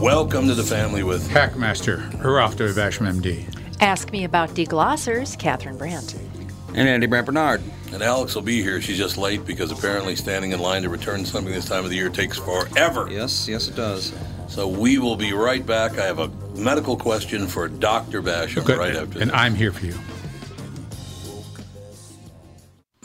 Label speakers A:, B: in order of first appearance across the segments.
A: Welcome to the family with
B: Hackmaster, Hurrah to Basham MD.
C: Ask me about deglossers, Catherine Brandt.
D: And Andy Brant Bernard.
A: and Alex will be here. She's just late because apparently standing in line to return something this time of the year takes forever.
D: Yes, yes, it does.
A: So we will be right back. I have a medical question for Dr. Basham
B: Good.
A: right after
B: and
A: this.
B: I'm here for you.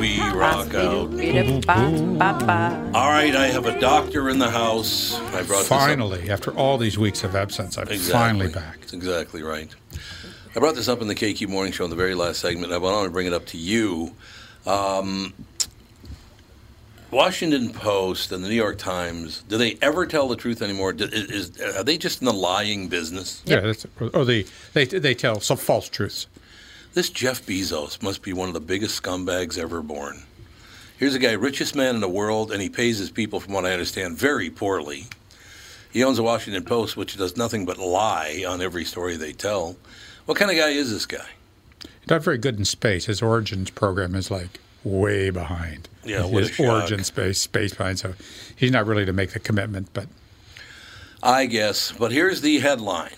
A: we rock out.
C: Ba-ba-ba-ba.
A: All right, I have a doctor in the house. I brought this up-
B: Finally, after all these weeks of absence, I'm finally back.
A: That's exactly right. I brought this up in the KQ Morning Show in the very last segment. I want to bring it up to you. Um, Washington Post and the New York Times, do they ever tell the truth anymore? Do- Is, is- are they just in the lying business?
B: Yeah, that's, or they, they they tell some false truths.
A: This Jeff Bezos must be one of the biggest scumbags ever born. Here's a guy, richest man in the world, and he pays his people, from what I understand, very poorly. He owns the Washington Post, which does nothing but lie on every story they tell. What kind of guy is this guy?
B: Not very good in space. His origins program is like way behind.
A: Yeah, what a
B: his
A: shock.
B: origin space space behind. So he's not really to make the commitment. But
A: I guess. But here's the headline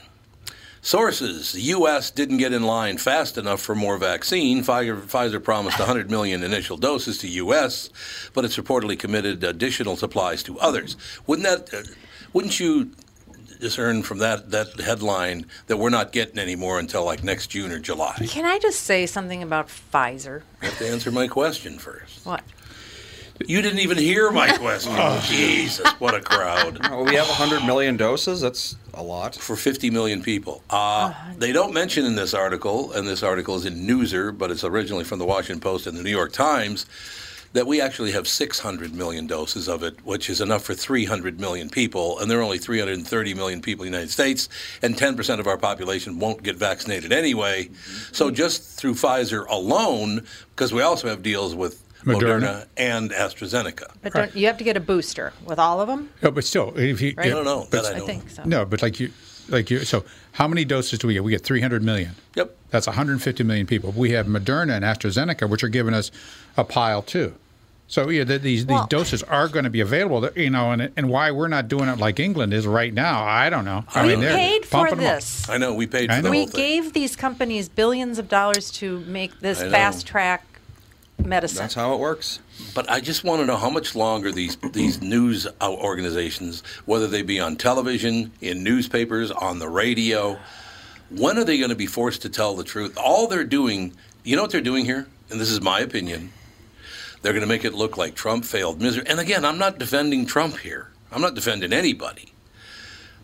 A: Sources The U.S. didn't get in line fast enough for more vaccine. Pfizer, Pfizer promised 100 million initial doses to U.S., but it's reportedly committed additional supplies to others. Wouldn't that, uh, wouldn't you? Discern from that, that headline that we're not getting any more until like next June or July.
C: Can I just say something about Pfizer?
A: You have to answer my question first.
C: What?
A: You didn't even hear my question. Jesus, what a crowd.
D: Well, we have 100 million doses. That's a lot.
A: For 50 million people. Uh, they don't mention in this article, and this article is in Newser, but it's originally from the Washington Post and the New York Times, that we actually have 600 million doses of it, which is enough for 300 million people, and there are only 330 million people in the United States, and 10% of our population won't get vaccinated anyway. So just through Pfizer alone, because we also have deals with
B: Moderna.
A: Moderna and AstraZeneca.
C: But don't, you have to get a booster with all of them,
B: No, but still, if you,
C: right?
B: if-
A: don't know. That
C: But
A: I
C: I
A: don't
C: think
A: know.
C: so.
B: no, but like you, like you. So, how many doses do we get? We get 300 million.
A: Yep.
B: That's 150 million people. We have Moderna and AstraZeneca, which are giving us a pile too. So yeah, th these these
C: Well-
B: doses are going to be available. that- You know, and and why we're not doing it like England is right now, I don't know. I
C: We
B: they're
C: paid for
B: pumping them up.
C: this.
A: I know we paid
B: I
A: for the
B: know.
C: We
A: whole thing.
C: gave these companies billions of dollars to make this
A: I know.
C: fast track medicine.
D: That's how it works.
A: But I just want to know how much longer these these news out- organizations, whether they be on television, in newspapers, on the radio, when are they going to be forced to tell the truth? All they're doing, you know what they're doing here, and this is my opinion. They're going to make it look like Trump failed misery. And again, I'm not defending Trump here. I'm not defending anybody.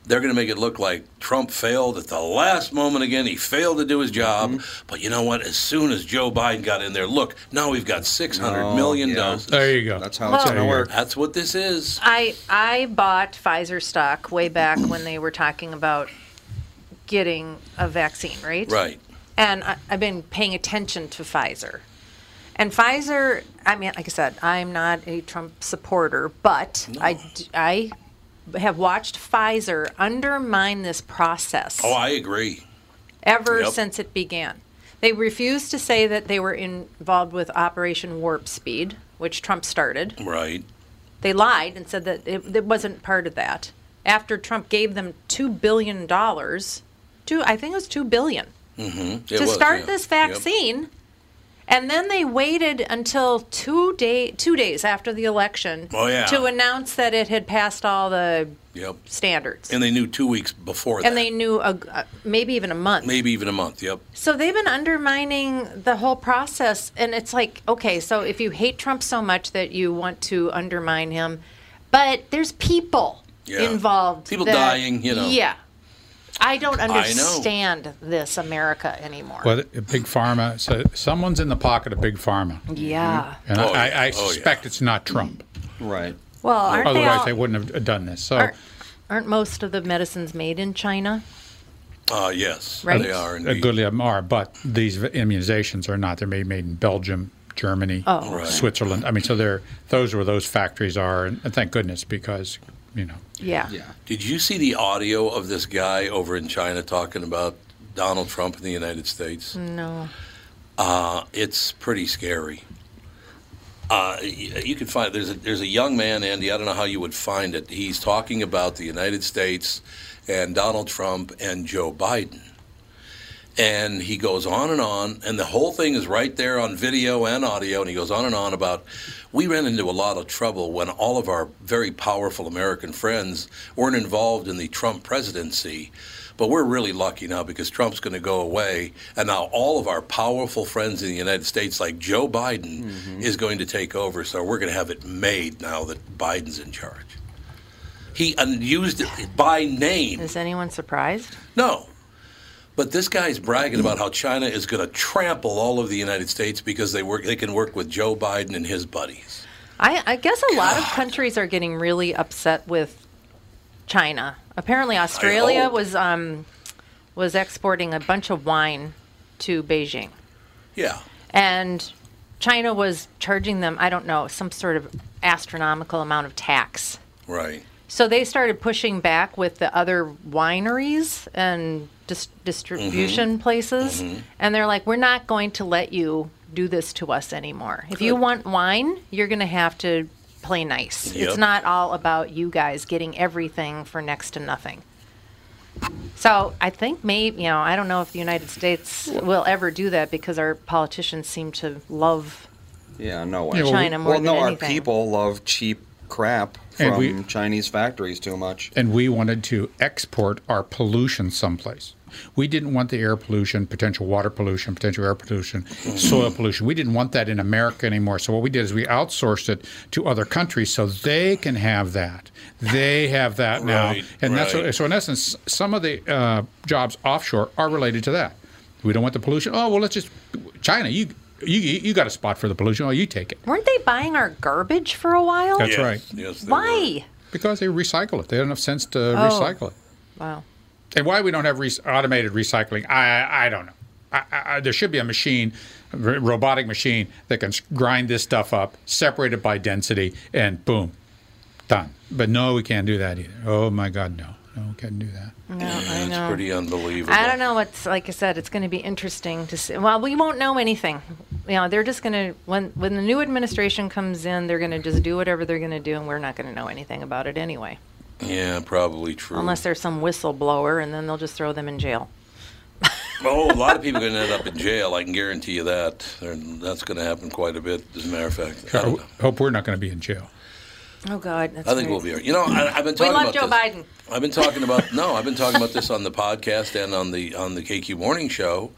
A: They're going to make it look like Trump failed at the last moment again. He failed to do his job.
D: Mm-hmm.
A: But you know what? As soon as Joe Biden got in there, look, now we've got six hundred
D: No,
A: million
D: Oh, yeah.
A: doses.
B: There you go.
D: That's how
C: Well-
D: it's going
B: There
D: to
B: you
D: work.
A: That's what this is.
C: I I bought Pfizer stock way back when they were talking about getting a vaccine, right?
A: Right.
C: And I, I've been paying attention to Pfizer. And Pfizer, I mean, like I said, I'm not a Trump supporter, but I, d- I have watched Pfizer undermine this process
A: Oh, I agree.
C: ever
A: Yep.
C: since it began. They refused to say that they were involved with Operation Warp Speed, which Trump started
A: Right.
C: they lied and said that it, it wasn't part of that. After Trump gave them two billion dollars, two I think it was two billion
A: Mm-hmm. It
C: to
A: was,
C: start
A: yeah.
C: this
A: Yep.
C: vaccine, and then they waited until two day two days after the election
A: Oh, yeah.
C: to announce that it had passed all the
A: Yep.
C: standards,
A: And they knew two weeks before that.
C: and they knew a, a- maybe even a month.
A: maybe even a month. Yep.
C: So they've been undermining the whole process, and it's like, okay, so if you hate Trump so much that you want to undermine him, but there's people
A: Yeah.
C: involved,
A: People
C: that-
A: dying, you know.
C: Yeah, I don't
A: know.
C: understand this America anymore.
B: Well, the- big pharma. So someone's in the pocket of big pharma,
C: Yeah.
B: and
A: Oh,
B: I,
A: yeah.
B: I, I
A: Oh, yeah.
B: suspect it's not Trump.
D: Right.
C: Well, aren't they
B: Otherwise,
C: all,
B: they wouldn't have done this. So.
C: aren't, aren't most of the medicines made in China?
A: Uh, yes.
C: Right.
A: They are
B: a
A: indeed.
B: goodly amount are, but these immunizations are not. They're made, made in Belgium, Germany,
A: Right.
B: Switzerland. I mean, so they're those where those factories are, and, and thank goodness because you know.
C: Yeah.
D: Yeah.
A: Did you see the audio of this guy over in China talking about Donald Trump in the United States? Uh,
C: No.
A: It's pretty scary. Uh, y- you can find there's a there's a young man Andy. I don't know how you would find it. He's talking about the United States and Donald Trump and Joe Biden, and he goes on and on, and the whole thing is right there on video and audio. And he goes on and on about we ran into a lot of trouble when all of our very powerful American friends weren't involved in the Trump presidency. But we're really lucky now because Trump's going to go away, and now all of our powerful friends in the United States, like Joe Biden, is going to take over. So we're going to have it made now that Biden's in charge. He un- used it by name.
C: Is anyone surprised?
A: No. But this guy's bragging about how China is going to trample all of the United States because they work. They can work with Joe Biden and his buddies.
C: I, I guess a lot of countries are getting really upset with China. Apparently, Australia
A: hope.
C: was um, was exporting a bunch of wine to Beijing,
A: Yeah.
C: and China was charging them I don't know some sort of astronomical amount of tax.
A: Right.
C: So they started pushing back with the other wineries and dis- distribution
A: Mm-hmm.
C: places, and they're like, "We're not going to let you do this to us anymore. If you want wine, you're going to have to play nice.
A: Yep.
C: It's not all about you guys getting everything for next to nothing." So I think maybe you know I don't know if the United States will ever do that because our politicians seem to love
D: Yeah, no way.
B: Yeah, well,
C: China more
D: well,
C: than
D: no, our
C: anything.
D: people love cheap crap
B: And
D: from
B: we-
D: Chinese factories too much.
B: And we wanted to export our pollution someplace. We didn't want the air pollution, potential water pollution, potential air pollution, soil pollution. We didn't want that in America anymore. So what we did is we outsourced it to other countries so they can have that. They have that now,
A: Right,
B: and that's
A: right.
B: what, so. In essence, some of the uh, jobs offshore are related to that. We don't want the pollution. Oh well, let's just China. You you you got a spot for the pollution. Oh, you take it.
C: Weren't they buying our garbage for a while?
B: That's
A: Yes,
B: right.
A: yes, they
C: Why?
B: Because they recycle it. They had enough sense to recycle it.
C: Wow.
B: And why we don't have re- automated recycling, I I don't know. I, I, I- there should be a machine, a r- robotic machine that can s- grind this stuff up, separate it by density, and boom, done. But no, we can't do that either. Oh my God, no, no, we can't do that.
C: No, I
A: It's
C: know.
A: pretty unbelievable.
C: I don't know what's like I said. It's going to be interesting to see. Well, we won't know anything. You know, they're just going to when when the new administration comes in, they're going to just do whatever they're going to do, and we're not going to know anything about it anyway,
A: Yeah, probably true.
C: unless there's some whistleblower, and then they'll just throw them in jail.
A: oh, a lot of people are going to end up in jail. I can guarantee you that. They're- That's going to happen quite a bit. As a matter of fact, I,
B: I
A: don't
B: ho-
A: know.
B: hope we're not going to be in jail.
C: Oh God, that's
A: I think we'll be. all right. You know, I, I've been
C: We
A: talking
C: love
A: about
C: Joe
A: this.
C: Biden.
A: I've been talking about no, I've been talking about this on the podcast and on the on the KQ Morning Show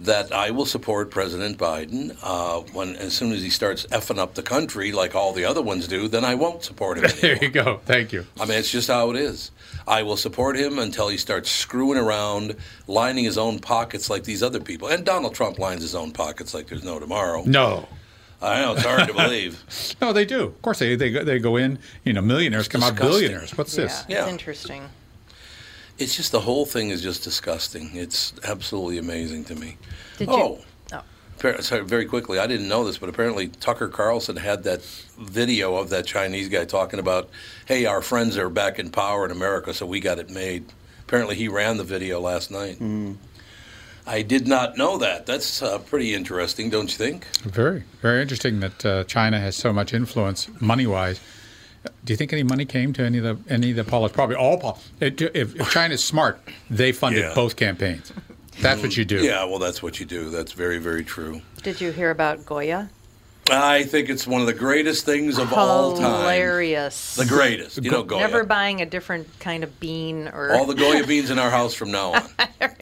A: that I will support President Biden uh, when as soon as he starts effing up the country like all the other ones do, then I won't support him.
B: There
A: Anymore.
B: you go. Thank you.
A: I mean, it's just how it is. I will support him until he starts screwing around, lining his own pockets like these other people. And Donald Trump lines his own pockets like there's no tomorrow.
B: No.
A: I know it's hard to believe.
B: No, they do. Of course, they they go, they go in. You know, millionaires come out
A: disgusting.
B: billionaires. What's
C: Yeah,
B: this?
A: Yeah.
C: it's interesting.
A: It's just the whole thing is just disgusting. It's absolutely amazing to me.
C: Did
A: oh,
C: you? Oh.
A: appar- sorry, very quickly, I didn't know this, but apparently Tucker Carlson had that video of that Chinese guy talking about, "Hey, our friends are back in power in America, so we got it made." Apparently, he ran the video last night. I did not know that. That's uh, pretty interesting, don't you think?
B: Very, very interesting that uh, China has so much influence money-wise. Do you think any money came to any of the any of the politics? Probably all pol- it- If, if China's smart, they funded
A: Yeah.
B: both campaigns. That's what you do.
A: Mm, Yeah, well, that's what you do. That's very, very true.
C: Did you hear about Goya?
A: I think it's one of the greatest things of all time.
C: Hilarious.
A: The greatest. You know, Oh, Goya.
C: Never buying a different kind of bean or
A: All the Goya beans in our house from now on.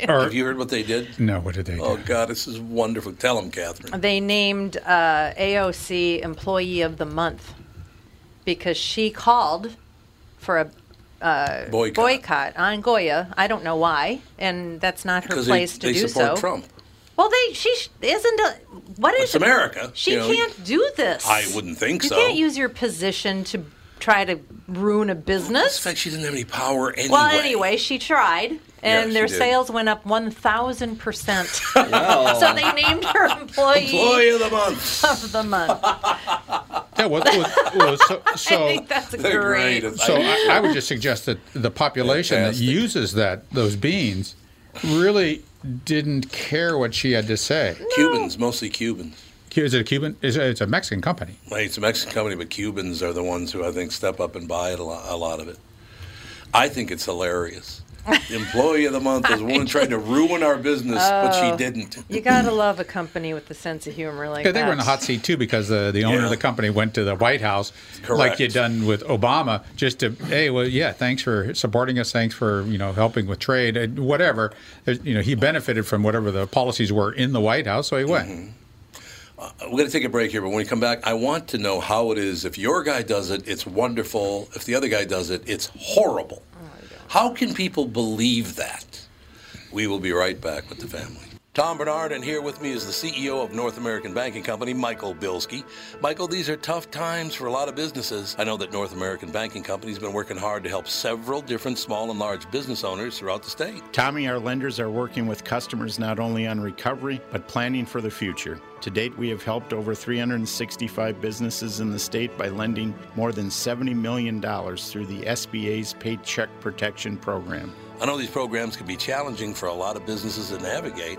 B: Or-
A: Have you heard what they did?
B: no, what did they do?
A: Oh, God, this is wonderful. Tell them, Catherine.
C: They named uh, AOC Employee of the Month because she called for a uh,
A: Boycott.
C: boycott on Goya. I don't know why, and that's not her
A: Because
C: place
A: they,
C: to
A: they
C: do
A: support
C: so.
A: Trump.
C: Well, they she sh- isn't. A, what is
A: It's America,
C: She
A: you know.
C: can't do this.
A: I wouldn't think
C: you
A: so.
C: can't use your position to try to ruin a
A: In
C: business.
A: fact, she didn't have any power anyway.
C: well, anyway, she tried, and
A: she
C: their
A: did.
C: sales went up one thousand percent. So they named her
A: Employee of the month.
C: of the month.
B: Yeah, well, well, well, so, so
C: I think that's
A: They're
C: great.
A: great.
E: Oh
B: So I, I would just suggest that the population
A: Fantastic.
B: that uses that those beans really didn't care what she had to say.
A: Cubans, mostly Cubans.
B: Is it a Cuban? Is it, it's a Mexican company.
A: Like, it's a Mexican company, but Cubans are the ones who I think step up and buy it a lot, a lot of it. I think it's hilarious. Employee of the month is the one who tried to ruin our business, but she didn't.
C: Oh, You gotta love a company with a sense of humor like
B: Yeah,
C: that.
B: they were in a hot seat too because uh, the, the owner
A: Yeah.
B: of the company went to the White House,
A: Correct.
B: like you done with Obama, just to hey, well, yeah, thanks for supporting us, thanks for you know helping with trade, and whatever. There's- You know, he benefited from whatever the policies were in the White House, so he went.
A: Mm-hmm. We're going to take a break here, but when we come back, I want to know how it is. If your guy does it, it's wonderful. If the other guy does it, it's horrible. how can people believe that? We will be right back with the family. Tom Bernard, and here with me is the CEO of North American Banking Company, Michael Bilski. Michael, these are tough times for a lot of businesses. I know that North American Banking Company has been working hard to help several different small and large business owners throughout the state.
F: Tommy, our lenders are working with customers not only on recovery, but planning for the future. To date, we have helped over 365 businesses in the state by lending more than $70 million through the SBA's Paycheck Protection Program.
A: I know these programs can be challenging for a lot of businesses to navigate.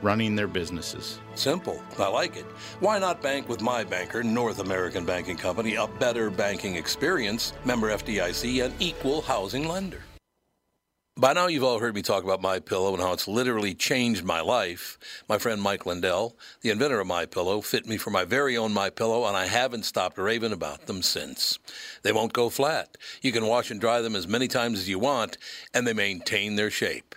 F: running their businesses.
A: Simple. I like it. Why not bank with my banker, North American Banking Company, a better banking experience, member FDIC, an equal housing lender? By now, you've all heard me talk about my pillow and how it's literally changed my life. My friend Mike Lindell, the inventor of my pillow, fit me for my very own my pillow, and I haven't stopped raving about them since. They won't go flat. You can wash and dry them as many times as you want, and they maintain their shape.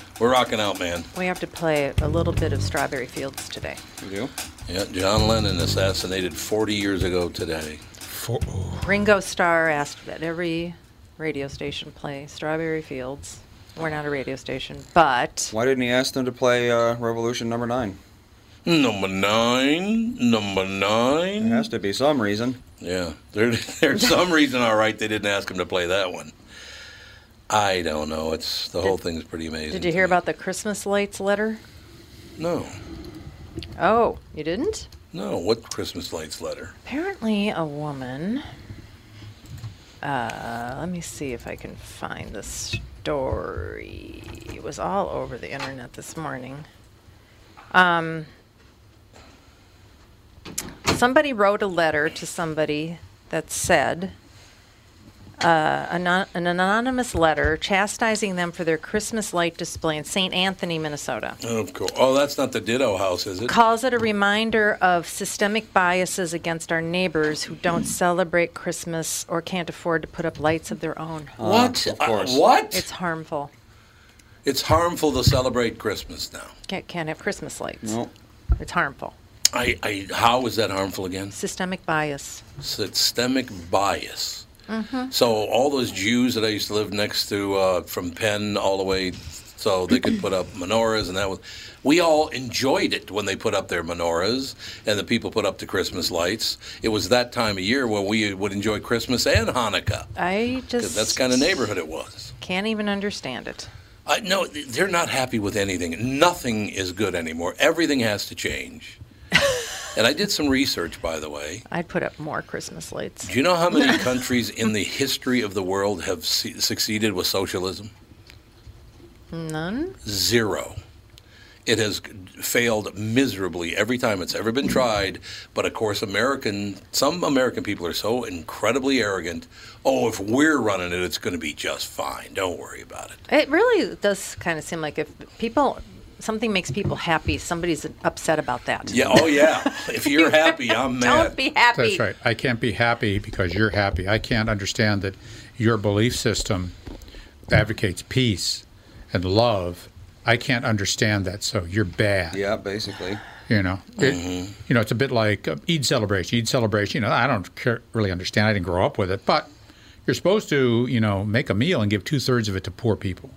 A: We're rocking out, man.
C: We have to play a little bit of Strawberry Fields today.
D: You do?
A: Yeah, John Lennon assassinated 40 years ago today.
C: Ringo Starr asked that every radio station play Strawberry Fields. We're not a radio station, but
D: Why didn't he ask them to play uh, Revolution Number Nine?
A: Number nine, number
D: There
A: nine.
D: has to be some reason.
A: Yeah, there, there's some reason, all right, they didn't ask him to play that one. I don't know. It's the whole thing's pretty amazing.
C: did you hear about the Christmas lights letter?
A: No,
C: Oh, you didn't?
A: no. What Christmas lights letter?
C: Apparently, a woman. Uh, let me see if I can find the story. It was all over the internet this morning. Um, somebody wrote a letter to somebody that said uh, anon- an anonymous letter chastising them for their Christmas light display in St. Anthony, Minnesota
A: Of course. Oh, that's not the Ditto House, is it?
C: calls it a reminder of systemic biases against our neighbors who don't celebrate Christmas or can't afford to put up lights of their own.
A: Uh, what?
D: of course.
A: I- what?
C: It's
A: It's,
C: harmful.
A: harmful to celebrate Christmas now.
C: Can't, can't have Christmas lights.
D: No.
A: Mm.
C: It's harmful.
A: I, I. How is that harmful again?
C: Systemic bias.
A: systemic bias. So all those Jews that I used to live next to uh, from Penn all the way, so they could put up menorahs and that was, we all enjoyed it when they put up their menorahs and the people put up the Christmas lights. It was that time of year when we would enjoy Christmas and Hanukkah
C: I
A: because
C: just
A: that's the kind of neighborhood it was.
C: can't even understand it.
A: I, no, they're not happy with anything. Nothing is good anymore. Everything has to change. and I did some research, by the way.
C: I'd put up more Christmas lights.
A: Do you know how many countries in the history of the world have se- succeeded with socialism?
C: None?
A: Zero. It has failed miserably every time it's ever been tried. But of course, American some American people are so incredibly arrogant. Oh, if we're running it, it's going to be just fine. Don't worry about it.
C: It really does kind of seem like if people, something makes people happy, somebody's upset about that.
A: Yeah. Oh, yeah. If you're happy, I'm
C: Don't
A: mad.
C: be happy.
B: That's right. I can't be happy because you're happy. I can't understand that your belief system advocates peace and love. I can't understand that, so you're bad.
D: Yeah, basically.
B: You know, it, you know, it's a bit like uh, Eid celebration. Eid celebration. You know, I don't care, really understand. I didn't grow up with it, but you're supposed to, you know, make a meal and give two thirds of it to poor people.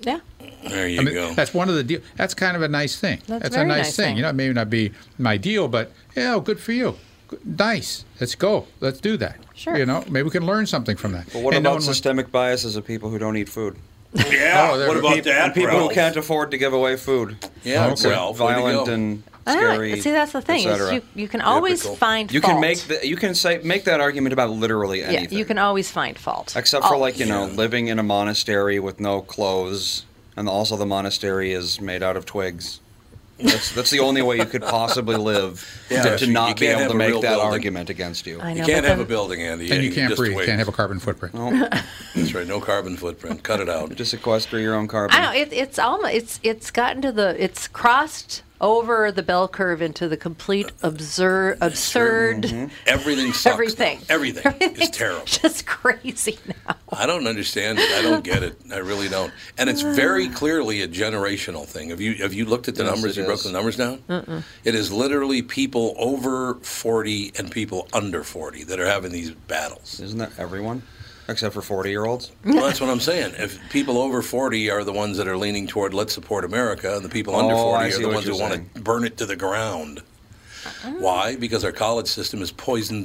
C: Yeah.
A: There you
B: I mean,
A: go.
B: that's one of the deal. That's kind of a nice thing.
C: That's
B: a
C: very
B: nice,
C: nice
B: thing.
C: thing.
B: You know, it may not be my deal, but yeah, oh, good for you. Good- Nice. Let's go. Let's do that.
C: Sure.
B: You know, maybe we can learn something from that.
D: But what
B: And no
D: about
B: one was-
D: systemic biases of people who don't eat food?
A: yeah.
B: Oh, there-
A: what about that,
D: and people
A: Ralph?
D: who can't afford to give away food. uh,
A: Yeah,
B: Okay.
A: Ralph, way to
D: Violent
A: go.
D: and
C: I don't-
D: scary.
C: Ah, see, that's the thing.
D: et
C: Is
D: cetera.
C: you, you can always
A: Typical.
C: find
D: You
C: fault.
D: can make the, you can say make that argument about literally
C: Yeah,
D: anything.
C: you can always find fault.
D: except for
C: Always.
D: like you know living in a monastery with no clothes, and also the monastery is made out of twigs. That's, that's the only way you could possibly live
A: Yeah,
D: to,
A: you-
D: to
A: you
D: not be
A: can't
D: able
A: have
D: to
A: a
D: make
A: real
D: that
A: building.
D: argument against you.
C: I
A: You
C: know,
A: can't
C: but
A: have a
C: then-
A: building, Andy.
B: and you can't
A: just
B: breathe.
A: wait.
B: Can't have a carbon footprint.
A: That's right. No carbon footprint. Cut it out.
D: Just sequester your own carbon.
C: I don't. It, it's almost. It's it's gotten to the. It's crossed over the bell curve into the complete absurd, absurd,
D: Mm-hmm.
A: Everything sucks. now.
C: everything.
A: Everything is terrible.
C: Just crazy now.
A: I don't understand it. I don't get it. I really don't. And it's very clearly a generational thing. Have you have you looked at the
D: Yes,
A: numbers?
D: it
A: You broke
D: is.
A: the numbers down. It is literally people over forty and people under forty that are having these battles.
D: Isn't that everyone? Except for 40 year olds?
A: Well, that's what I'm saying. If people over forty are the ones that are leaning toward let's support America, and the people under
D: Oh, I
A: forty are
D: see
A: the
D: what
A: ones who
D: you're
A: want
D: saying. Uh-uh.
A: to burn it to the ground. Why? Because our college system has poisoned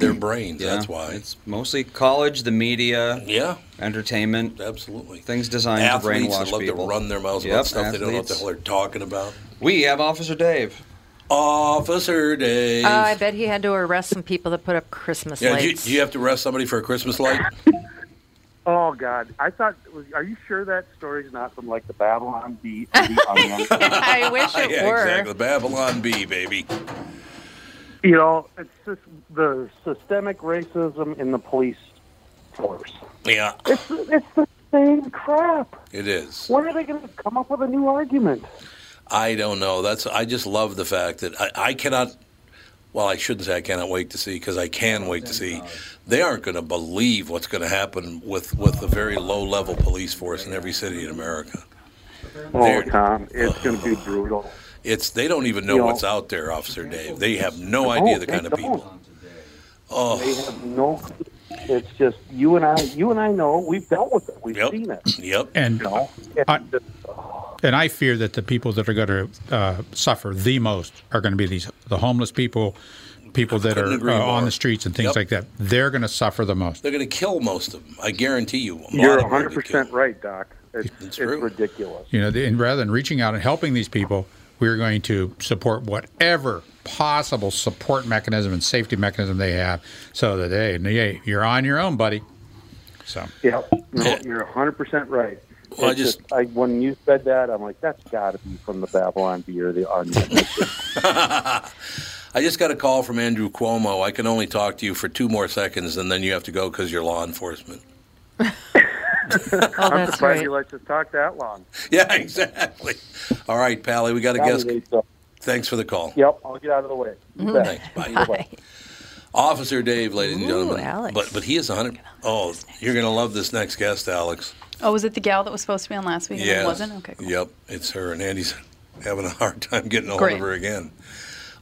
A: their brains. That's why.
D: It's mostly college, the media,
A: yeah,
D: entertainment,
A: absolutely.
D: things designed to
A: athletes
D: brainwash
A: that love
D: people.
A: to run their mouths
D: Yep,
A: about stuff they don't know what the
D: athletes.
A: hell they're talking about.
D: We have Officer Dave.
A: Officer Dave.
C: Oh, I bet he had to arrest some people that put up Christmas
A: yeah, do you,
C: lights.
A: do you have to arrest somebody for a Christmas light?
E: Oh God! I thought. was- Are you sure that story's not from like the Babylon Bee? you
C: I wish it
A: yeah,
C: were.
A: exactly. Babylon B, baby.
E: know, it's just the systemic racism in the police force.
A: Yeah,
E: It's it's the same crap.
A: it is.
E: When are they going to come up with a new argument?
A: I don't know. That's. I just love the fact that I, I cannot. Well, I shouldn't say I cannot wait to see because I can wait to see. They aren't going to believe what's going to happen with with the very low level police force in every city in America.
E: Oh, Tom, it's going to be brutal.
A: It's they don't even know
E: You know-
A: what's out there, Officer Dave. They have no idea the
E: they
A: kind of people.
E: don't. They have no. It's just you and I. You and I know we've dealt with it. We've
A: Yep.
E: seen it.
A: Yep.
B: And
E: You know, it's
B: I-
E: just,
B: And I fear that the people that are going to uh, suffer the most are going to be these the homeless people, people that
A: Couldn't
B: are
A: agree
B: uh, on
A: more.
B: the streets and things
A: Yep.
B: like that. They're going to suffer the most.
A: They're going to kill most of them. I guarantee you. A
E: you're
A: lot of them are
E: 100
A: gonna kill.
E: percent right, Doc. It's, it's
A: true.
E: ridiculous.
B: You know, the- and rather than reaching out and helping these people, we're going to support whatever possible support mechanism and safety mechanism they have, so that hey, hey you're on your own, buddy. So
E: Yeah, no, you're 100% right.
A: Well, I
E: It's
A: just-
E: I, when you said that, I'm like, that's got to be from the Babylon Bee or the Onion.
A: I just got a call from Andrew Cuomo. I can only talk to you for two more seconds, and then you have to go because you're law enforcement.
C: oh,
E: I'm
C: that's
E: surprised
C: right.
E: you let us talk that long.
A: Yeah, exactly. All right, Pally, we got a guest.
E: Probably so.
A: Thanks for the call.
E: Yep, I'll get out of the way. You
C: Mm-hmm.
E: bet.
A: Thanks. Bye.
E: Bye.
A: Officer Dave, ladies and
C: Ooh,
A: gentlemen.
C: Alex.
A: But but he is 100. Oh, you're going to love this next guest, Alex.
G: Oh, was it the gal that was supposed to be on last week? and
A: Yeah.
G: It wasn't? Okay. Cool.
A: Yep, it's her. And Andy's having a hard time getting a hold
G: Great.
A: of her again,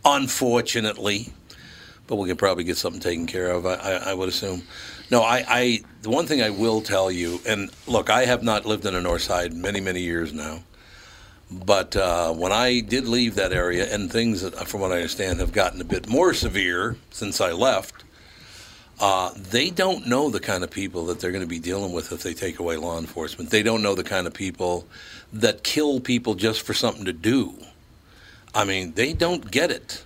A: unfortunately. But we can probably get something taken care of, I, I, I would assume. No, I, I, the one thing I will tell you, and look, I have not lived in the North Side many, many years now. But uh, when I did leave that area, and things, from what I understand, have gotten a bit more severe since I left, uh, they don't know the kind of people that they're going to be dealing with if they take away law enforcement. They don't know the kind of people that kill people just for something to do. I mean, they don't get it.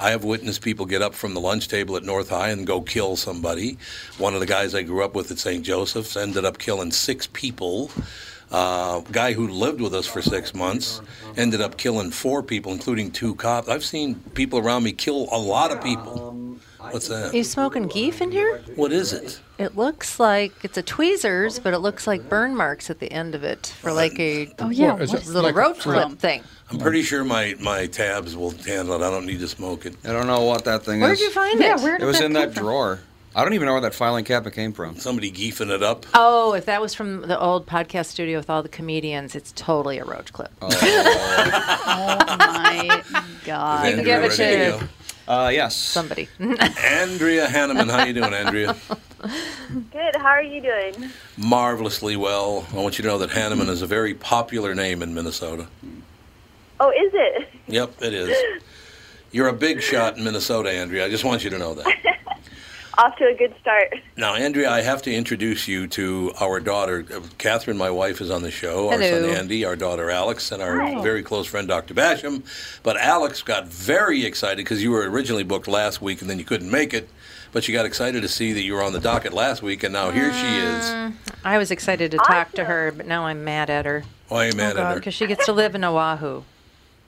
A: I have witnessed people get up from the lunch table at North High and go kill somebody. One of the guys I grew up with at St. Joseph's ended up killing six people. Uh, guy who lived with us for six months ended up killing four people, including two cops. I've seen people around me kill a lot of people. What's that?
C: you smoking geef in here?
A: What is it?
C: It looks like it's a tweezers, but it looks like burn marks at the end of it for like a
G: Oh, yeah.
B: Well, is
G: what
B: it
G: is
C: little
B: like
G: that
C: road
G: from?
C: trip thing.
A: I'm pretty sure my, my tabs will handle it. I don't need to smoke it.
D: I don't know what that thing is.
C: Where'd you find
G: Yeah,
C: it?
G: where
D: it
G: did
D: was
G: that
D: in
G: come
D: that
G: from?
D: drawer. I don't even know where that filing cabinet came from.
A: Somebody geefing it up.
C: Oh, if that was from the old podcast studio with all the comedians, it's totally a road clip.
G: Oh, my
A: Is
G: God.
C: You can
A: Andrea
C: give it
A: ready
C: to
A: go?
D: Uh, yes.
C: somebody.
A: Andrea Hanneman. How you doing, Andrea?
H: Good. How are you doing?
A: Marvelously well. I want you to know that Hanneman is a very popular name in Minnesota.
H: Oh, is it?
A: Yep, it is. You're a big shot in Minnesota, Andrea. I just want you to know that.
H: Off to a good start.
A: Now, Andrea, I have to introduce you to our daughter, Catherine. My wife is on the show. Our
C: Hello.
A: son Andy, our daughter Alex, and our very close friend Dr. Basham. But Alex got very excited because you were originally booked last week, and then you couldn't make it. But she got excited to see that you were on the docket last week, and now here she
G: Ah.
A: is.
C: Mm, I was excited to talk to her, but now I'm mad at her
G: Oh,
A: Why are you mad at her?
C: because she gets to live in Oahu.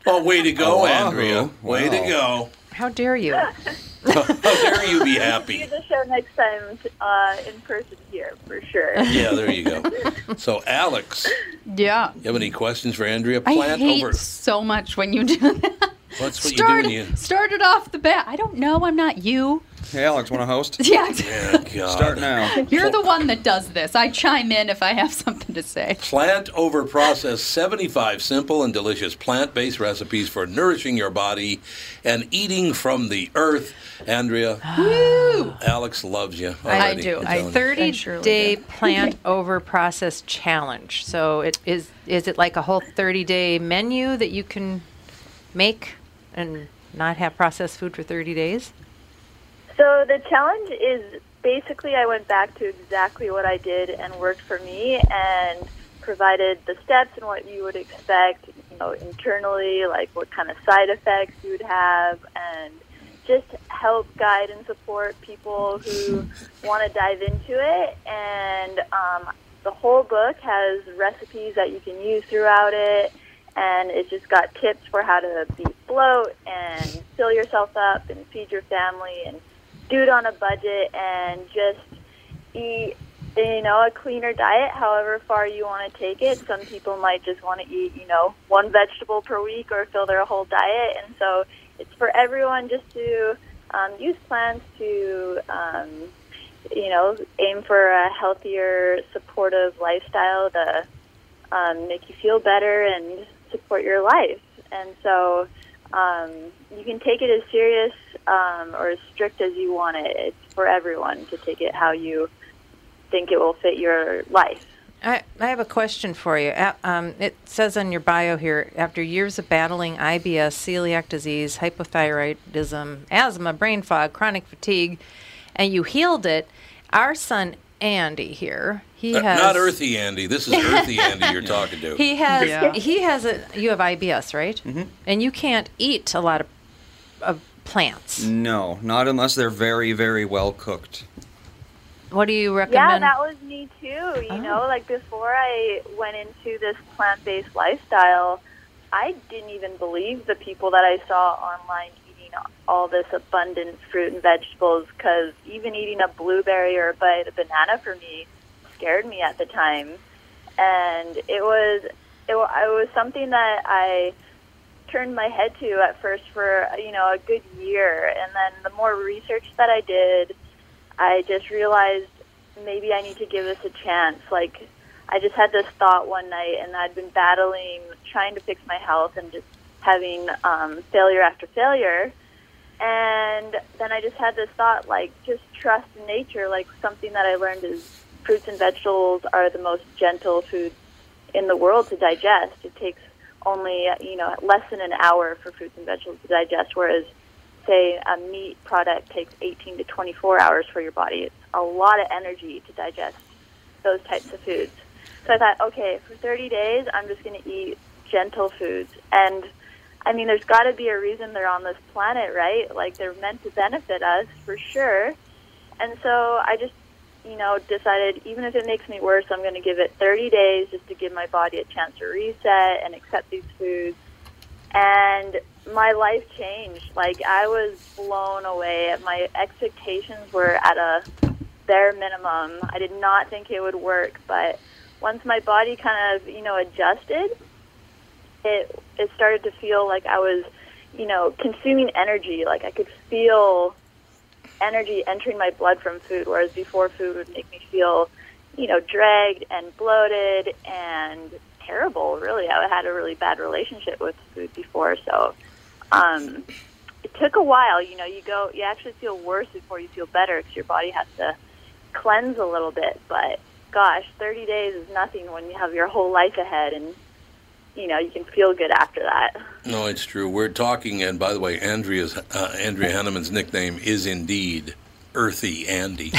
A: Oh, way to go,
C: Oahu.
A: Andrea. Way to go.
C: How dare you?
A: How dare you be happy?
H: Do the show next time uh, in person here for sure.
A: Yeah, there you go. So, Alex,
G: Yeah.
A: you have any questions for Andrea?
G: I
A: Plant
G: hate
A: over.
G: so much when you do that.
A: What's what
G: Start,
A: you do when you.
G: started off the bat. I don't know. I'm not you.
D: Hey, Alex, want to host?
G: Yeah.
A: God.
D: Start now.
G: You're the one that does this. I chime in if I have something to say.
A: Plant Over process 75 simple and delicious plant based recipes for nourishing your body and eating from the earth. Andrea, Alex loves you.
C: I
A: already,
C: do.
A: I'm
C: A
A: telling you.
C: 30 day plant over process challenge. So it is is it like a whole 30 day menu that you can make and not have processed food for 30 days?
H: So the challenge is basically I went back to exactly what I did and worked for me and provided the steps and what you would expect, you know, internally, like what kind of side effects you would have and just help guide and support people who want to dive into it and um, the whole book has recipes that you can use throughout it and it's just got tips for how to beat bloat and fill yourself up and feed your family and do it on a budget and just eat you know a cleaner diet however far you want to take it some people might just want to eat you know one vegetable per week or fill their whole diet and so it's for everyone just to um, use plants to um, you know aim for a healthier supportive lifestyle to um, make you feel better and support your life and so um, you can take it as serious um, or as strict as you want it. It's for everyone to take it how you think it will fit your life.
C: I, I have a question for you. A- Um, it says on your bio here after years of battling IBS, celiac disease, hypothyroidism, asthma, brain fog, chronic fatigue, and you healed it, our son Andy here, he
A: Uh,
C: has.
A: Not earthy Andy. This is earthy Andy you're talking to.
C: He has
A: Yeah.
C: he has a you have IBS, right?
A: Mm-hmm.
C: And you can't eat a lot of of plants.
D: No, not unless they're very, very well cooked.
C: What do you
H: Yeah,
C: recommend?
H: that was me too. You know, like before I went into this plant based lifestyle, I didn't even believe the people that I saw online eating all this abundant fruit and vegetables because even eating a blueberry or a bite of banana for me scared me at the time. And it was, it, wa- it was something that I turned my head to at first for, you know, a good year. And then the more research that I did, I just realized maybe I need to give this a chance. Like, I just had this thought one night, and I'd been battling, trying to fix my health, and just having um, failure after failure. And then I just had this thought, like, just trust in nature. Like, something that I learned is fruits and vegetables are the most gentle foods in the world to digest. It takes only, you know, less than an hour for fruits and vegetables to digest, whereas say a meat product takes 18 to 24 hours for your body. It's a lot of energy to digest those types of foods. So I thought, okay, for 30 days, I'm just going to eat gentle foods. And I mean, there's got to be a reason they're on this planet, right? Like they're meant to benefit us for sure. And so I just, you know, decided even if it makes me worse, I'm going to give it 30 days just to give my body a chance to reset and accept these foods and my life changed. Like I was blown away. My expectations were at a bare minimum. I did not think it would work, but once my body kind of you know adjusted, it it started to feel like I was you know consuming energy. Like I could feel energy entering my blood from food, whereas before food would make me feel you know dragged and bloated and terrible. Really, I had a really bad relationship with food before, so um, it took a while. You know, you go, you actually feel worse before you feel better because your body has to cleanse a little bit. But gosh, 30 days is nothing when you have your whole life ahead, and you know you can feel good after that.
A: No, it's true. We're talking, and by the way, Andrea's uh, Andrea Hanneman's nickname is indeed Earthy Andy.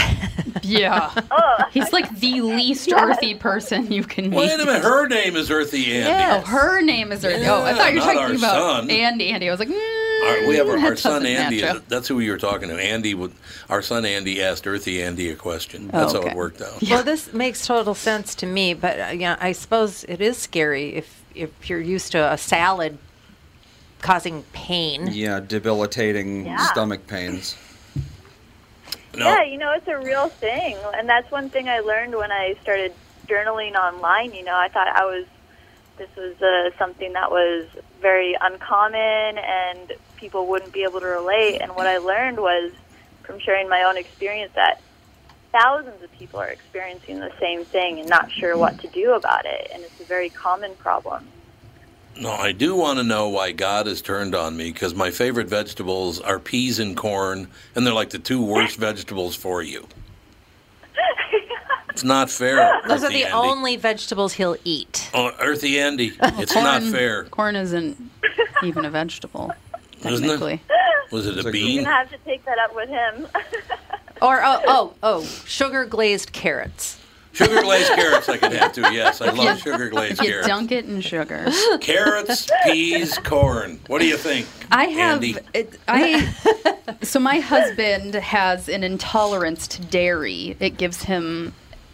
G: Yeah. He's like the least earthy person you can meet.
A: Wait a minute, her name is Earthy Andy.
G: Oh, her name is Earthy. oh, I thought you were
A: not
G: talking
A: our
G: about
A: son.
G: Andy. Andy. I was like, mm,
A: Our, we have our,
G: that
A: our son
G: doesn't
A: Andy.
G: match
A: Is,
G: up.
A: that's who we were talking to. Andy, would, our son Andy asked Earthy Andy a question.
C: Oh,
A: That's how
C: okay.
A: it worked out.
C: Well, this makes total sense to me, but uh, yeah, I suppose it is scary if if you're used to a salad causing
G: Mm.
C: pain.
D: Yeah, debilitating
H: Yeah.
D: stomach pains.
H: Yeah, you know, it's a real thing. And that's one thing I learned when I started journaling online. You know, I thought I was, this was uh, something that was very uncommon and people wouldn't be able to relate. And what I learned was from sharing my own experience that thousands of people are experiencing the same thing and not sure what to do about it. And it's a very common problem.
A: No, I do want to know why God has turned on me because my favorite vegetables are peas and corn, and they're like the two worst vegetables for you. It's not fair.
C: Those are
A: Earthy
C: the
A: Andy.
C: only vegetables he'll eat.
A: Oh, Earthy Andy. It's not fair.
G: Oh, Corn isn't even a vegetable.
A: Isn't
G: Technically.
A: it? Was it a
H: You're going
A: bean?
H: to have to take that up with him.
C: Or oh oh oh, sugar glazed carrots.
A: Sugar glazed carrots I could have too. Yes, I
G: If you-
A: love sugar glazed
G: If you
A: carrots.
G: dunk it in sugar.
A: Carrots, peas, corn. What do you think?
G: I have
A: Andy?
G: it, I so my husband has an intolerance to dairy. It gives him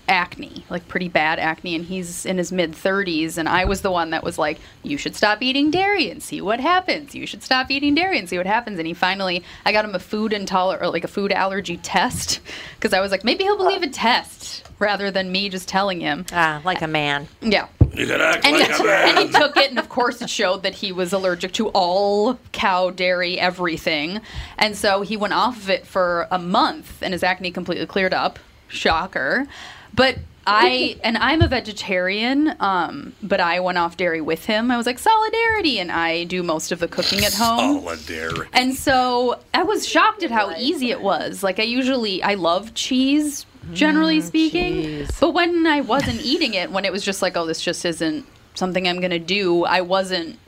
G: acne, like pretty bad acne and he's in his mid 30s and I was the one that was like you should stop eating dairy and see what happens. You should stop eating dairy and see what happens and he finally I got him a food intolerant or like a food allergy test cuz I was like maybe he'll believe a test rather than me just telling him.
C: Ah, like a man.
G: Yeah.
A: You can act
G: And he,
A: like a man.
G: and he took it, and of course, it showed that he was allergic to all cow, dairy, everything. And so he went off of it for a month, and his acne completely cleared up. Shocker. But I, and I'm a vegetarian, um, but I went off dairy with him. I was like, solidarity, and I do most of the cooking at home.
A: Solidarity.
G: And so I was shocked at how easy it was. Like I usually I love cheese generally speaking, but when I wasn't eating it, when it was just like oh this just isn't something I'm going to do, I wasn't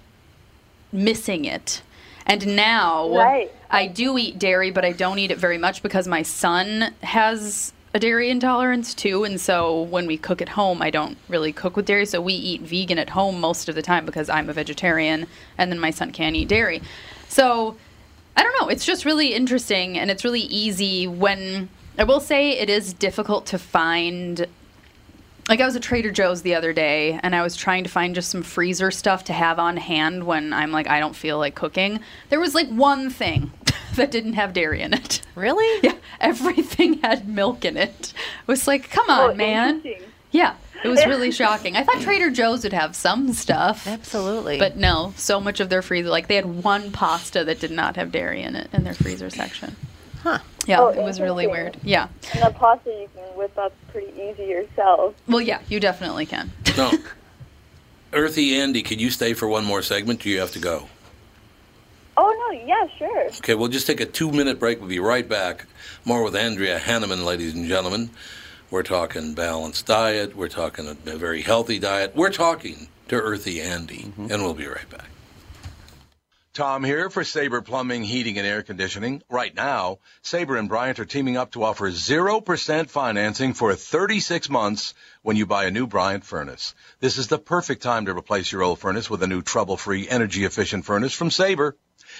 G: missing it. And now
H: Right.
G: I do eat dairy, but I don't eat it very much because my son has a dairy intolerance too. And so when we cook at home, I don't really cook with dairy. So we eat vegan at home most of the time because I'm a vegetarian and then my son can't eat dairy. So I don't know. It's just really interesting and it's really easy when I will say it is difficult to find like I was at Trader Joe's the other day and I was trying to find just some freezer stuff to have on hand when I'm like I don't feel like cooking. There was like one thing that didn't have dairy in it.
C: Really?
G: Yeah, everything had milk in it. It was like, come on, man. Yeah, it was really shocking. I thought Trader Joe's would have some stuff.
C: Absolutely.
G: But no, so much of their freezer like they had one pasta that did not have dairy in it in their freezer section.
C: Huh.
G: Yeah,
H: Oh,
G: it was really weird.
H: interesting.
G: Yeah.
H: And the pasta you can whip up pretty easy yourself.
G: Well, yeah, you definitely can.
A: No. Earthy Andy, can you stay for one more segment? Do you have to go?
H: Oh, no, yeah, sure.
A: Okay, we'll just take a two minute break. We'll be right back. More with Andrea Hanneman, ladies and gentlemen. We're talking balanced diet. We're talking a a very healthy diet. We're talking to Earthy Andy, and we'll be right back. Tom here for Sabre Plumbing, Heating, and Air Conditioning. Right now, Sabre and Bryant are teaming up to offer 0% financing for 36 months when you buy a new Bryant furnace. This is the perfect time to replace your old furnace with a new trouble free, energy efficient furnace from Sabre.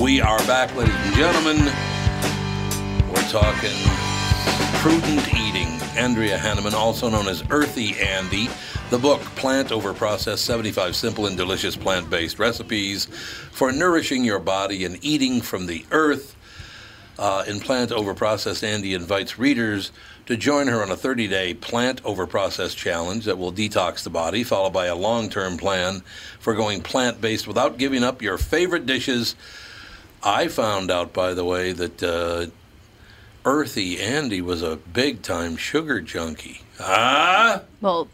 A: We are back, ladies and gentlemen. We're talking prudent eating. Andrea Hanneman, also known as Earthy Andy, the book Plant Over Process 75 Simple and Delicious Plant Based Recipes for Nourishing Your Body and Eating from the Earth. Uh, in Plant Over Process, Andy invites readers to join her on a 30 day Plant Over Process challenge that will detox the body, followed by a long term plan for going plant based without giving up your favorite dishes. I found out, by the way, that uh, earthy Andy was a big time sugar junkie. Ah,
G: Well,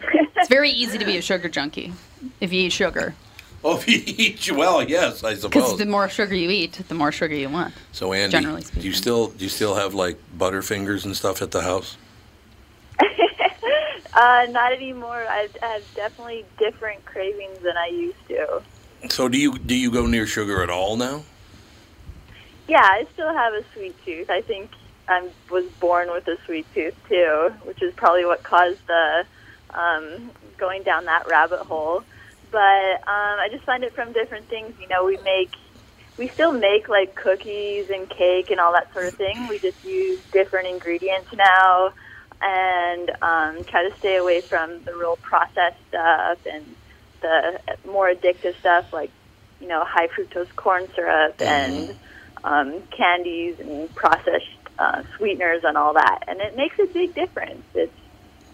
G: it's very easy to be a sugar junkie if you eat sugar.
A: oh, if you eat well, yes, I
G: Because
A: suppose.
G: the more sugar you eat, the more sugar you want.
A: so Andy,
G: generally
A: do you still do you still have like butterfingers and stuff at the house?
H: Uh, not anymore. I I have definitely different cravings than I used to.
A: So do you do you go near sugar at all now?
H: Yeah, I still have a sweet tooth. I think I was born with a sweet tooth too, which is probably what caused the um, going down that rabbit hole. But um, I just find it from different things. You know, we make we still make like cookies and cake and all that sort of thing. We just use different ingredients now and um, try to stay away from the real processed stuff and the more addictive stuff like you know high fructose corn syrup and um, candies and processed uh, sweeteners and all that, and it makes a big difference. It's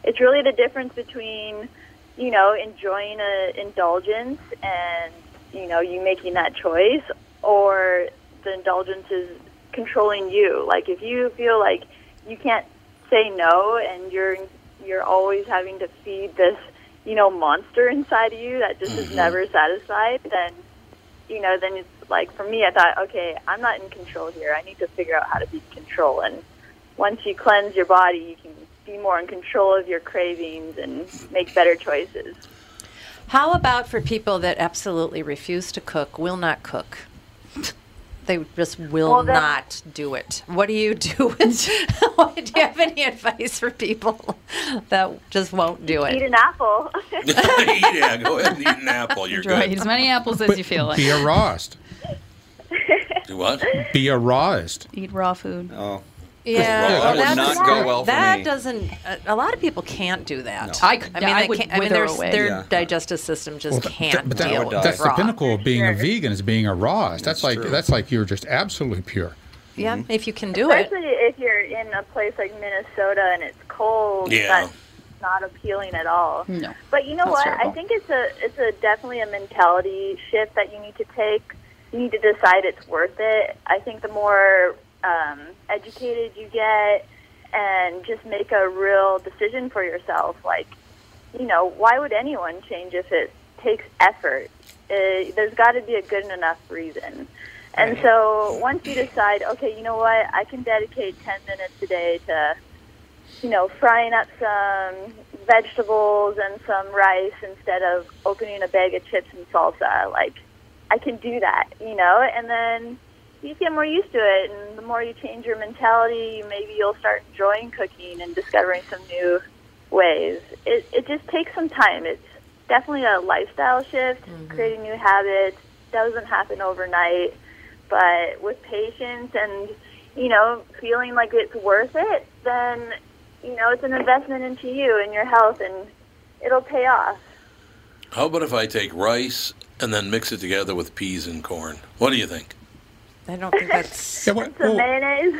H: it's really the difference between you know enjoying a indulgence and you know you making that choice, or the indulgence is controlling you. Like if you feel like you can't say no, and you're you're always having to feed this you know monster inside of you that just
C: Mm-hmm.
H: is never satisfied, then you know, then it's like for me, I thought, okay, I'm not in control here. I need to figure out how to be in control. And once you cleanse your body, you can be more in control of your cravings and make better choices.
C: How about for people that absolutely refuse to cook, will not cook? They just will
H: Well, then-
C: not do it. What do you do? With, do you have any advice for people that just won't do
H: Eat
C: it?
H: an apple.
A: yeah, go ahead and eat an apple. You're
G: Enjoy
A: good.
G: as many apples as you feel like.
B: Be a rawist.
A: Do what?
B: Be a rawist.
G: Eat raw food.
D: Oh.
C: Yeah,
B: Well, that would
C: that's-
B: not go well for
C: that
B: me.
C: doesn't. A, a lot of people can't do that.
G: No. I could- I
C: they
G: would
C: can't- I mean,
G: wither
C: their,
G: away.
C: their
B: Yeah.
C: digestive system just
B: Well, that-
C: can't
B: but that-
C: deal with
B: that's
C: raw.
B: the pinnacle of being a vegan is being a rawist. That's, like that's like you're just absolutely pure.
C: Yeah,
B: Mm-hmm.
C: if you can do it.
H: Especially if you're in a place like Minnesota and it's cold.
B: Yeah.
H: That's not appealing at all.
G: No.
H: But you know
G: That's
H: what?
G: terrible.
H: I think it's a it's a definitely a mentality shift that you need to take. You need to decide it's worth it. I think the more um, educated you get, and just make a real decision for yourself. Like, you know, why would anyone change if it takes effort? Uh, there's got to be a good enough reason. And so once you decide, okay, you know what, I can dedicate 10 minutes a day to you know, frying up some vegetables and some rice instead of opening a bag of chips and salsa. Like, I can do that, you know? And then you just get more used to it. And the more you change your mentality, maybe you'll start enjoying cooking and discovering some new ways. It, it just takes some time. It's definitely a lifestyle shift, creating new habits. Doesn't happen overnight, but with patience and you know, feeling like it's worth it, then, you know, it's an investment into you and your health and it'll pay off.
A: How about if I take rice and then mix it together with peas and corn? What do you think?
C: I don't think that's.
H: Some mayonnaise.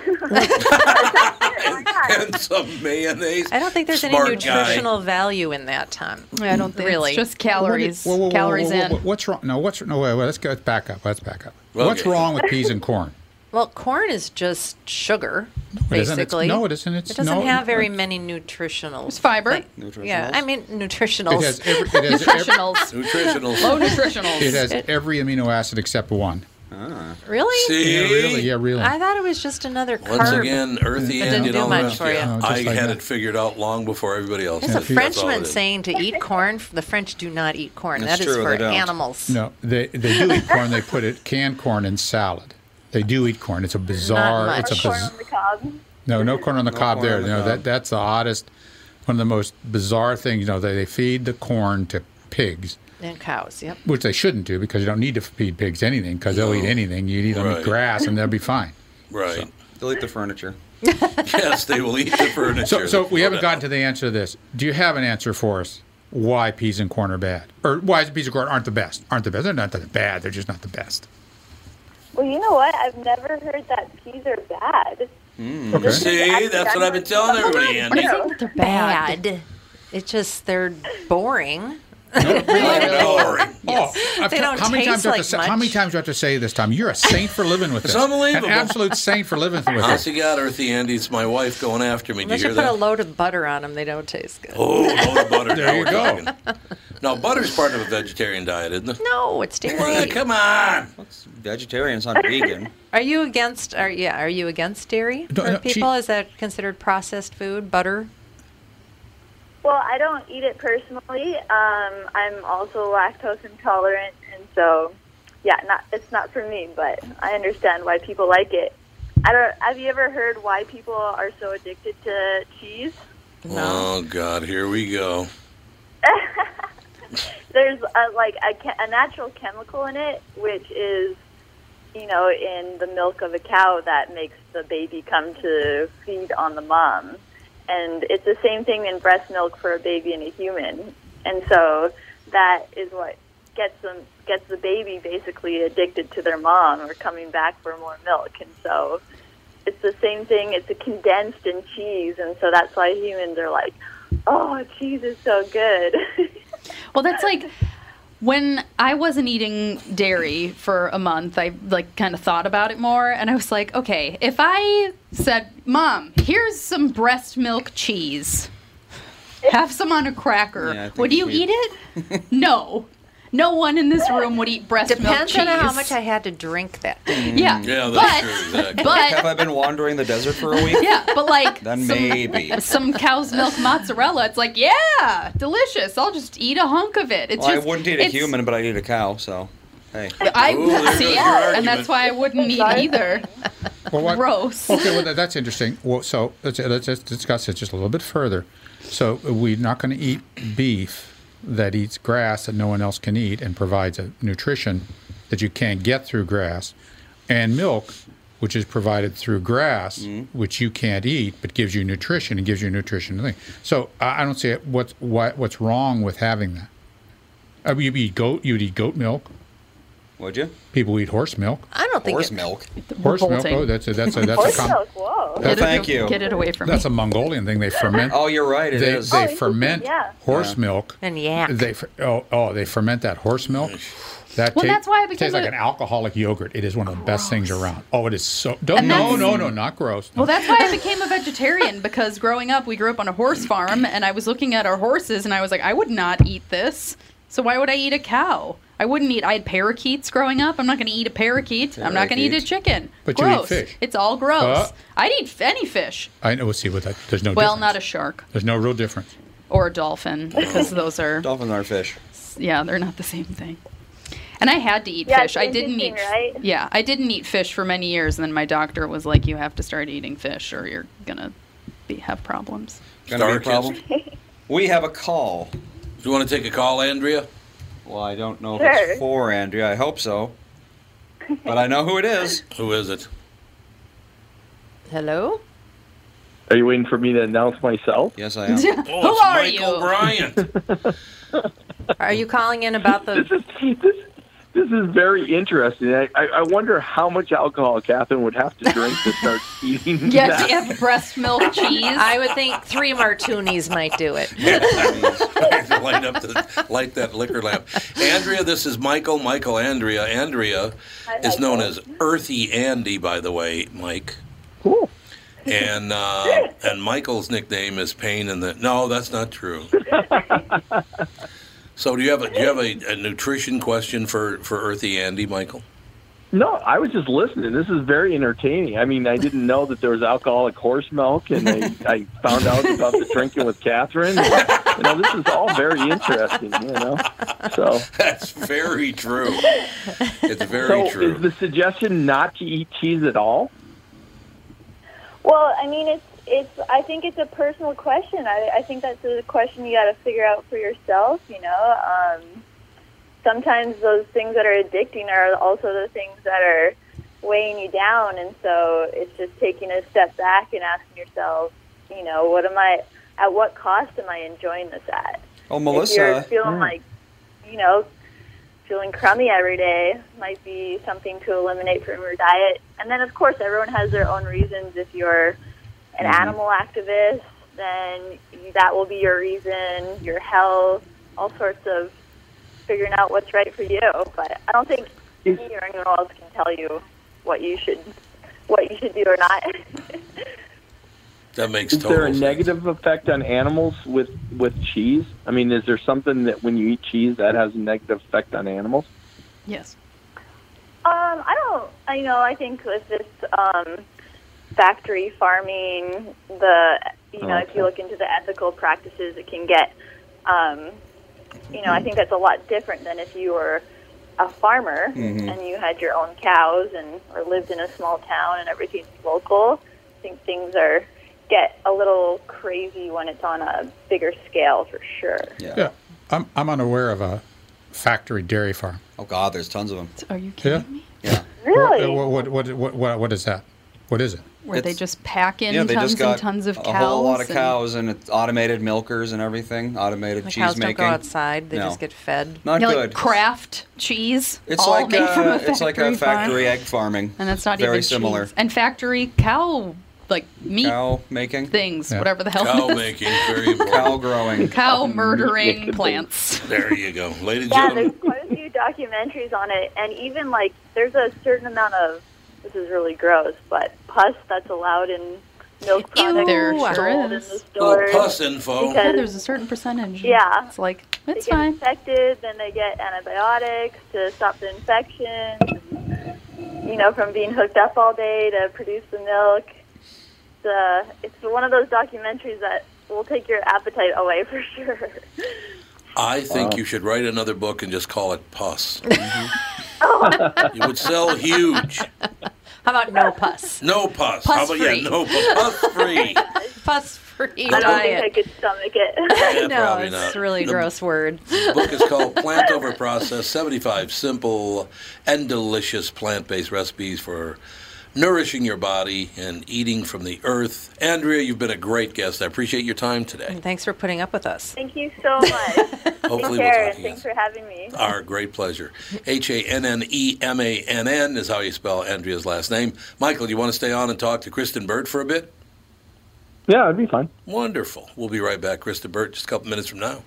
A: and some mayonnaise.
C: I don't think there's
A: Smart
C: any
A: guy.
C: nutritional value in that, Tom.
G: I don't think- it's
C: really.
G: just calories.
B: Whoa, whoa, whoa,
G: Calories
B: whoa, whoa,
G: in.
B: whoa, What's wrong? No, what's no? Wait, wait, let's go. Let's back up. Let's back up.
A: Okay.
B: What's wrong with peas and corn?
C: Well, corn is just sugar,
B: it isn't. It's-
C: basically.
B: no, it isn't. It's-
C: it doesn't
B: no,
C: have very many nutritional. It's
G: fiber.
C: Yeah, I mean nutritionals.
B: It has every- it has every-
A: Nutritionals.
G: Low nutritionals.
B: It has every amino acid except one.
A: Ah.
C: really?
B: Yeah, really. Yeah, really.
C: I thought it was just another carb.
A: Once again, earthy
C: That
A: and
C: didn't
A: you
C: do
A: know,
C: much for you.
A: yeah,
C: No,
A: I
C: just like
A: had
B: that.
A: it figured out long before everybody else.
C: There's a
A: did. That's all
C: Frenchman
A: it is.
C: saying to eat corn. The French do not eat corn.
A: That's
C: that is
A: true,
C: for
A: they don't.
C: animals.
B: No, they they do eat corn. They put it canned corn in salad. They do eat corn. It's a bizarre.
C: much.
B: It's a
H: corn
B: biz-
H: on the cob.
B: no, no corn on the
D: No
B: cob
D: corn
B: there.
D: on the
B: you know
D: cob.
B: that that's the oddest, one of the most bizarre things. You know they, they feed the corn to pigs,
C: And cows. Yep.
B: which they shouldn't do because you don't need to feed pigs anything because they'll eat anything. You eat them
A: Right.
B: grass and they'll be fine.
A: Right.
D: Delete the furniture.
A: yes, they will eat the furniture.
B: So, so we haven't gotten to the answer to this. Do you have an answer for us? Why peas and corn are bad, or why peas and corn aren't the best? Aren't the best? They're not the bad. They're just not the best.
H: Well, you know what? I've never heard that peas are bad.
D: Mm.
B: Okay.
A: See, that's what I've been telling everybody, Andy.
C: They're bad. It's just they're boring.
A: Boring.
B: Oh, I've
C: They
B: t-
C: don't
B: how many
C: taste
B: times do I have
C: like
B: to say, how many times do I have to say this, Tom? You're a saint for living with
A: It's
B: this.
A: unbelievable.
B: An absolute saint for living with this.
A: Honest to God, Earthy Andy, it's my wife going after me. Do
C: Unless
A: you
C: you
A: hear
C: put
A: that?
C: a load of butter on them, they don't taste good.
A: Oh, load of butter.
B: There
A: Now
B: you
A: we're
B: go.
A: talking. Now, butter's part of a vegetarian diet, isn't it?
C: No, it's dairy.
A: Well, come on.
D: Vegetarian's not vegan.
C: Are you against? Are yeah? Are you against dairy
D: No,
C: for
D: no, she-
C: people? Is that considered processed food? Butter?
H: Well, I don't eat it personally. Um, I'm also lactose intolerant, and so yeah, not it's not for me. But I understand why people like it. I don't. Have you ever heard why people are so addicted to cheese?
A: Oh God, here we go.
H: There's a, like a, che- a natural chemical in it, which is you know in the milk of a cow that makes the baby come to feed on the mom, and it's the same thing in breast milk for a baby and a human, and so that is what gets them gets the baby basically addicted to their mom or coming back for more milk, and so. It's the same thing. It's a condensed in cheese, and so that's why humans are like, "Oh, cheese is so good."
G: Well, that's like when I wasn't eating dairy for a month, I like kind of thought about it more and I was like, okay, if I said, "Mom, here's some breast milk cheese. Have some on a cracker."
C: Yeah, I think
G: would you
C: she'd-
G: eat it? no. No one in this room would eat breast milk
C: Depends
G: cheese.
C: on how much I had to drink that.
G: Yeah.
D: Yeah,
G: that's
D: true.
G: exactly. but-
D: Mm. have I been wandering the desert for a week?
G: Yeah, but like
D: Then
G: some-
D: maybe.
G: some cow's milk mozzarella. It's like, yeah, delicious. I'll just eat a hunk of it. It's
D: well, I
G: just,
D: wouldn't eat a
G: it's-
D: human, but I'd eat a cow. So, hey.
G: I see, and
D: argument.
G: that's why I wouldn't eat either.
B: Well, what-
G: Gross.
B: Okay, well that- that's interesting. Well, so let's let's just discuss it just a little bit further. So we're not going to eat beef that eats grass that no one else can eat and provides a nutrition that you can't get through grass, and milk, which is provided through grass,
D: Mm-hmm.
B: which you can't eat but gives you nutrition and gives you nutrition. thing. So I I don't see it- what's why, what's wrong with having that. I mean, you'd eat goat. You'd eat goat milk.
D: Would you?
B: People eat horse milk.
C: I don't
D: think horse milk.
B: Horse milk. Oh, that's a that's a that's a
D: Horse
B: com-
D: milk,
H: whoa.
D: Well, thank you.
G: Get it away from
B: that's
G: me.
B: a Mongolian thing. They ferment.
D: Oh, you're right. It
B: they,
D: is.
B: They ferment horse
D: Yeah.
B: milk.
C: And yak.
B: They fer- oh oh they ferment that horse milk. That
G: Well,
B: ta-
G: that's why it
B: tastes
G: became
B: like
G: a-
B: an alcoholic yogurt. It is one of the best things around. Oh, it is so. Don't,
G: And
B: no,
G: that's-
B: no, no, not gross. No.
G: Well, that's why I became a vegetarian because growing up, we grew up on a horse farm, and I was looking at our horses, and I was like, I would not eat this. So why would I eat a cow? I wouldn't eat. I had parakeets growing up. I'm not going to eat a parakeet. I'm not going to eat a
B: Parakeet.
G: chicken.
B: But you eat
G: gross.
B: fish.
G: It's all gross.
B: Uh.
G: I'd eat f- any fish.
B: I know. We'll see what that. There's no.
G: well,
B: difference.
G: not a shark
B: There's no real difference.
G: or a dolphin because those are
D: Dolphins aren't fish.
G: yeah, they're not the same thing. And I had to eat
H: Yeah,
G: fish.
H: it's
G: I didn't eat.
H: interesting, right?
G: Yeah, I didn't eat fish for many years, and then my doctor was like, "You have to start eating fish, or you're gonna be, have problems."
D: Gonna be a problem. We have a call. Do
A: you want to take a call, Andrea?
D: Well, I don't know if
H: Sure.
D: it's for Andrea. I hope so. But I know who it is.
A: Who is it?
C: Hello.
I: Are you waiting for me to announce myself?
D: Yes, I
C: am.
I: oh,
C: Who are
I: Michael
C: you?
A: Bryant.
C: Are you calling in about the?
I: This is very interesting. I, I, I wonder how much alcohol Catherine would have to drink to start eating that.
G: have breast milk cheese?
C: I would think three martinis might do it.
A: light up the, light that liquor lamp. Andrea, this is Michael. Michael, Andrea. Andrea
H: Hi,
A: is known
H: Michael.
A: as Earthy Andy, by the way, Mike. Cool. And uh, and Michael's nickname is Pain in the. No, that's not true. so do you have a do you have a, a nutrition question for for Earthy Andy, Michael?
I: No, I was just listening. This is very entertaining. I mean, I didn't know that there was alcoholic horse milk, and I, I found out about the drinking with Catherine. You know, this is all very interesting. You know, so
A: that's very true. It's very
I: so
A: true.
I: Is the suggestion not to eat cheese at all?
H: Well, I mean, it's it's. I think it's a personal question. I, I think that's a question you got to figure out for yourself. You know, um, sometimes those things that are addicting are also the things that are weighing you down, and so it's just taking a step back and asking yourself, you know, what am I? At what cost am I enjoying this at?
D: Oh,
H: if you're
D: Melissa.
H: feeling like, you know, feeling crummy every day might be something to eliminate from your diet. And then, of course, everyone has their own reasons. If you're an
J: Mhm.
H: animal activist, then that will be your reason, your health, all sorts of figuring out what's right for you. But I don't think me or anyone else can tell you what you should what you should do or not.
A: That makes
I: Is there a
A: total sense.
I: negative effect on animals with with cheese? I mean, is there something that when you eat cheese that has a negative effect on animals?
G: Yes.
H: Um, I don't. I know. I think with this um, factory farming, the you know, if you look into the ethical practices, it can get. Um, you know, I think that's a lot different than if you were a farmer
J: Mhm.
H: and you had your own cows and or lived in a small town and everything's local. I think things are get a little crazy when it's on a bigger scale, for sure.
B: Yeah. I'm, I'm unaware of a factory dairy farm. Oh, God, there's tons of them.
G: Are you
B: Yeah.
G: kidding me?
H: Really?
B: What, what, what, what, what, what is that? What is it?
G: Where they just pack in
D: yeah, they
G: tons
D: just got
G: and tons of
D: a
G: cows.
D: whole lot of
G: and-
D: cows and it's automated milkers and everything, automated
G: The
D: cheese
G: cows don't go
D: making.
G: outside,
C: they
D: No.
C: just get fed.
D: Not
G: you know,
D: good.
G: Like craft cheese.
D: it's
G: all
D: like
G: made
D: uh
G: from a
D: it's like a
G: farm.
D: factory egg farming.
G: And that's not
D: very
G: even
D: similar.
G: cheese. And factory cow like meat
D: Cow making
G: things, whatever the hell.
D: Cow
G: it is.
D: making,
A: very important.
D: Cow growing.
G: Cow murdering plants.
A: There you go, ladies and
H: Yeah,
A: gentlemen.
H: there's quite a few documentaries on it, and even like there's a certain amount of this is really gross, but pus that's allowed in milk products
G: there
H: sold
G: sure
H: in the
G: is.
H: stores.
G: Yeah,
H: Because
G: there's a certain percentage.
H: Yeah.
G: It's like it's
H: they get
G: fine.
H: infected, then they get antibiotics to stop the infection. You know, from being hooked up all day to produce the milk. The it's one of those documentaries that will take your appetite away for sure.
A: I think you should write another book and just call it Pus.
H: Oh.
A: it would sell huge.
C: How about no pus?
A: No pus. How
C: Pus
A: about
C: free.
A: yeah, no pus Pus free?
C: Pus free
H: I don't think I
C: diet.
H: could stomach it.
A: Yeah,
C: no,
A: probably
C: it's
A: not.
C: really
A: The-
C: gross word.
A: The book is called Plant Over Process 75 Simple and Delicious Plant Based Recipes for Nourishing Your Body and Eating from the Earth. Andrea, you've been a great guest. I appreciate your time today.
C: And thanks for putting up with us.
H: Thank you so much.
A: Hopefully,
H: Take
A: we'll
H: care.
A: talk again.
H: Thanks for having me.
A: Our great pleasure. H A N N E M A N N is how you spell Andrea's last name. Michael, do you want to stay on and talk to Kristen Burt for a bit?
I: Yeah, it'd be fine.
A: Wonderful. We'll be right back. Kristen Burt, just a couple minutes from now.